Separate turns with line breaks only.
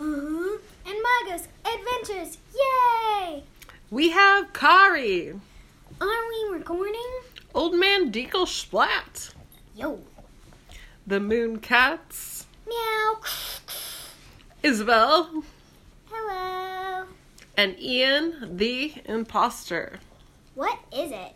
Uh-huh. Adventures! Yay!
We have Kari,
Are we recording?
Old Man Deagle Splat,
Yo.
The Moon Cats,
Meow.
Isabel,
Hello.
and Ian the Imposter.
What is it?